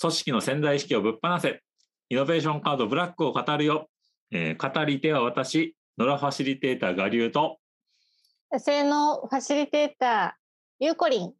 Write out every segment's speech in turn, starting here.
組織の潜在意識をぶっ放せ。イノベーションカードブラックを語るよ。えー語り手は私、野良ファシリテーター我流と、野生のファシリテーター、ゆうこりん。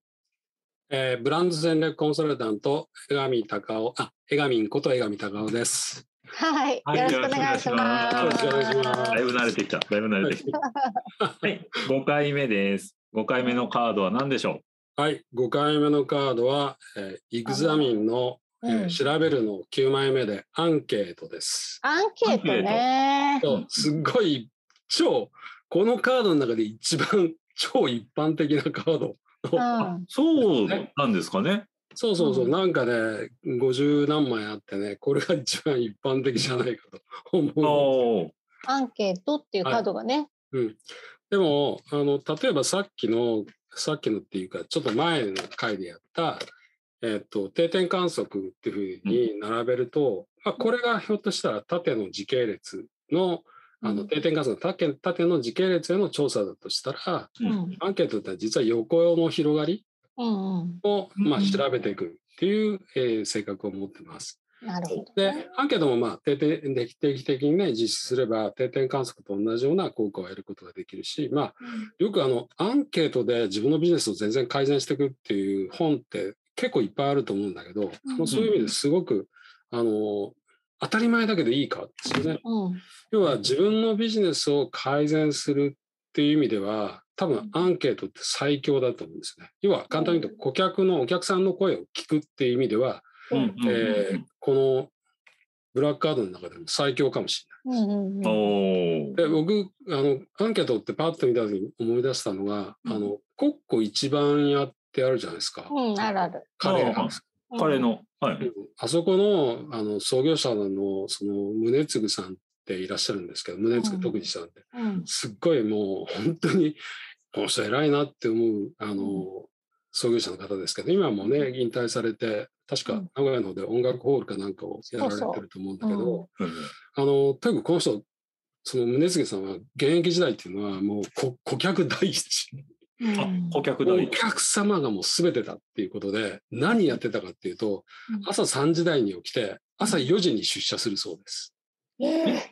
えーブランド戦略コンサルタント、江上隆夫、あ、江上こと江上隆夫です。はい、はいよろしくお願いします。よろしくお願いしますだいぶ慣れてきた。だいぶ慣れてきた。はい、5回目です。5回目のカードは何でしょはい、5回目のカードは、えーイグザミンの、えーうん調べるの9枚目でアンケートです。アンケートね。そうすっごい超、このカードの中で一番超一般的なカード。うそうんう。そうなんですかね。そうそうそう、うんなんかね、50何枚あってね、これが一番一般的じゃないかと思う。おーアンケートっていうカードがね。でもあの例えばさっきのさっきのっていうかちょっと前の回でやった、えっと定点観測っていうふうに並べると、まあ、これがひょっとしたら縦の時系列のあうのん定点観測の縦縦の時系列への調査だとしたらうんうんアンケートって実は横の広がりうんうん。を、まあ、うん調べていくっていう、えー性格を持ってます。なるほどでね。アンケートもまあ定点定期的にね実施すれば定点観測と同じような効果を得ることができるしまあよくあのアンケートで自分のビジネスを全然改善していくっていう本って結構いっぱいあると思うんだけど、あのそういう意味ですごくあの当たり前だけどいいかですよね。うん。要は自分のビジネスを改善するっていう意味では多分アンケートって最強だと思うんですね。要は簡単に言うと顧客のお客さんの声を聞くっていう意味では、うんうんえーこのブラックカードの中でも最強かもしれない。うんうんうん。おーで僕あのアンケートってパッと見た時に思い出したのが、うんあのコッコ一番屋ってあるじゃないですか、うん、あるある。カレーハウスうん彼。の、はい。うんあそこのあの創業者のその宗次さんっていらっしゃるんですけど宗次徳次さんって、うんすっごいもう本当にこの人偉いなって思うあの、創業者の方ですけど今もね引退されて確か名古屋の方で音楽ホールかなんかをやられてると思うんだけど。そうそううんあの、とにかくこの人、その宗次さんは現役時代っていうのはもうこ顧客第一。うんあ、顧客代お客様がもう全てだっていうことで、何やってたかっていうとうん、朝3時台に起きて、朝4時に出社するそうです。ええ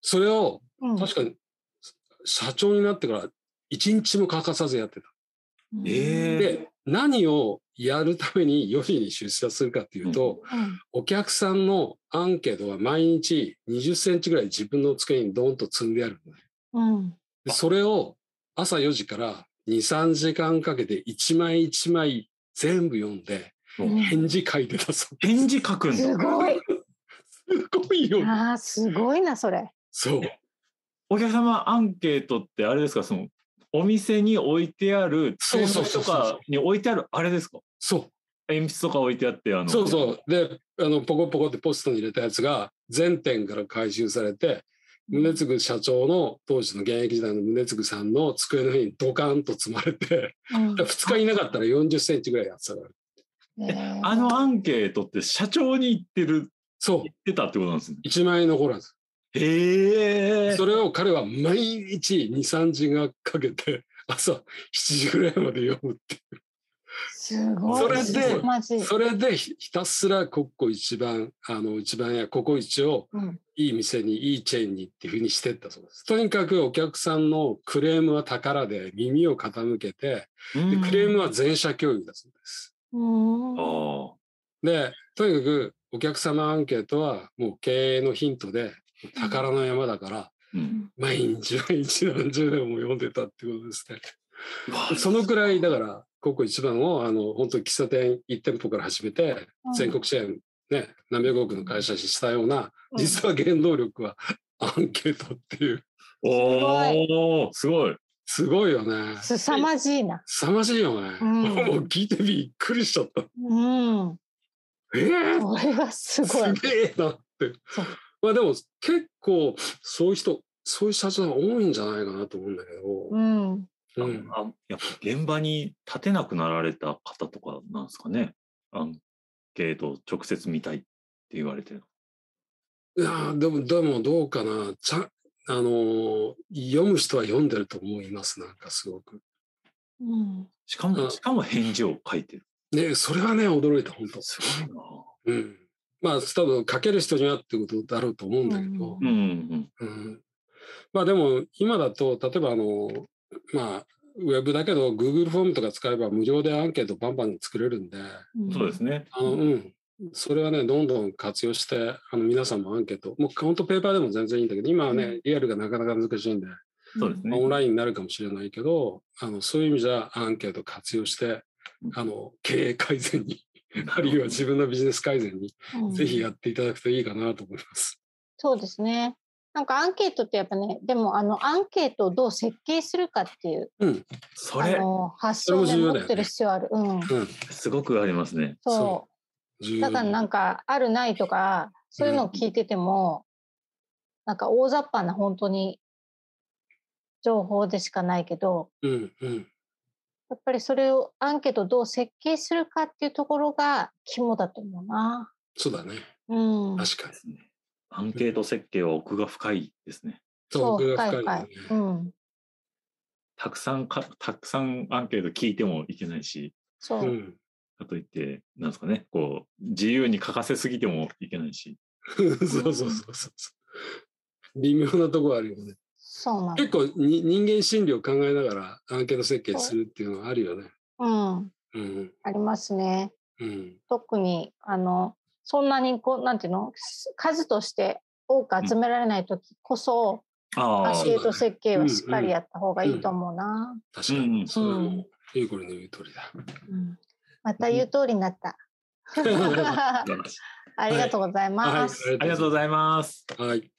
それをうん確かに社長になってから一日も欠かさずやってた。えーで、何をやるために4時に出社するかっていうと、うんお客さんのアンケートは毎日20センチぐらい自分の机にドーンと積んであるのねうん。でそれを朝4時から2、3時間かけて一枚一枚全部読んでうん返事書いてた そう。返事書くんすだ。ごい。すごいよ。ああ、すごいな、それ。そう。お客様アンケートってあれですか、その、お店に置いてある、そうそうそとうそうかに置いてある、あれですかそ鉛筆とか置いてあって、あう。の、そうそう。で、あの、ポコポコってポストに入れたやつが全店から回収されて、宗次社長の当時の現役時代の宗次さんの机の上にドカンと積まれて、うん2日いなかったら40センチぐらいやってたから。ねえあのアンケートって社長に言ってる、そう言。ってたってことなんですね。 1万円残らず。へえ。それを彼は毎日2、3時間かけて 朝7時ぐらいまで読むってすごい。それですまじいそれでひひたすらココ一番、あの一番やココイチをうんいい店に、いいチェーンにっていうふうにしてったそうです。とにかくお客さんのクレームは宝で耳を傾けて、でクレームは全社共有だそうです。うんあで、とにかくお客様アンケートはもう経営のヒントで宝の山だから、あ。うん。毎日毎日何十年も読んでたってことですね。うわそのくらいだから、ここ一番を、あの、本当に喫茶店1店舗から始めてう、ん全国チェーン、ね、何百億の会社にしたような、実は原動力は アンケートっていう、おー、すごい。すごいよね。すさまじいな。凄まじいよね。うんもう聞いてびっくりしちゃった。うん。えー、これはすすごい。げえなってそう。まあでも結構、そういう人、そういう社長が多いんじゃないかなと思うんだけうん。ど、うんあやっぱ現場に立てなくなられた方とかなんですかね。アンケートを直接見たいって言われてる。いやーでも、でもどうかな。ちゃあのー読む人は読んでると思います、なんかすごく。うん。しかも、うんしかも返事を書いてる。ね、それはね、驚いた、本当。すごいな。うん。まあ、多分書ける人にはってことだろうと思うんだけど、うんうんうんまあでも、今だと、例えばあの、まあ、ウェブだけど、Google フォームとか使えば無料でアンケートバンバン作れるんで、うん。そうですね。あの、うん。それはね、どんどん活用して、あの、皆さんもアンケート、もうカウントペーパーでも全然いいんだけど、今はうね、リアルがなかなか難しいんで、そうですまあね。オンラインになるかもしれないけど、あの、そういう意味じゃアンケート活用して、あの、経営改善に、あるいは自分のビジネス改善に、うんぜひやっていただくといいかなと思います。そうですね。なんかアンケートってやっぱね、でもあのアンケートをどう設計するかっていう、うん。そあれ、の発それ想もで重要だ持よねってる必要ある。うん。うん。すごくありますね。そ。そう重要だからなんかあるないとかそういうのを聞いてても、なんか大雑把な本当に情報でしかないけどうんうん。やっぱりそれをアンケートをどう設計するかっていうところが肝だと思うな。そうだね。うん、確かでに。すねアンケート設計は奥が深いですね。そう奥が深い深いんだ深よいね。。うん、たくさんか、たくさんアンケート聞いてもいけないし、そう、うん。かといって、なんですかね、こう、自由に書かせすぎてもいけないし。そうそうそうそうそう。微妙なところあるよね。そうなんだ結構に人間心理を考えながらアンケート設計するっていうのはあるよね。うん、うん。ありますね。うん。特にあのそんなにこうなんていうの数として多く集められない時こそ、アあンあ、ケート設計はしっかりやった方がいいと思うな。確かうに。んそれも、ゆうこりの言う通 りだ。 うんまた言う通りにな った。素晴らしい ありがとうございはい。ます。ありがとうございざいます。ます。はい。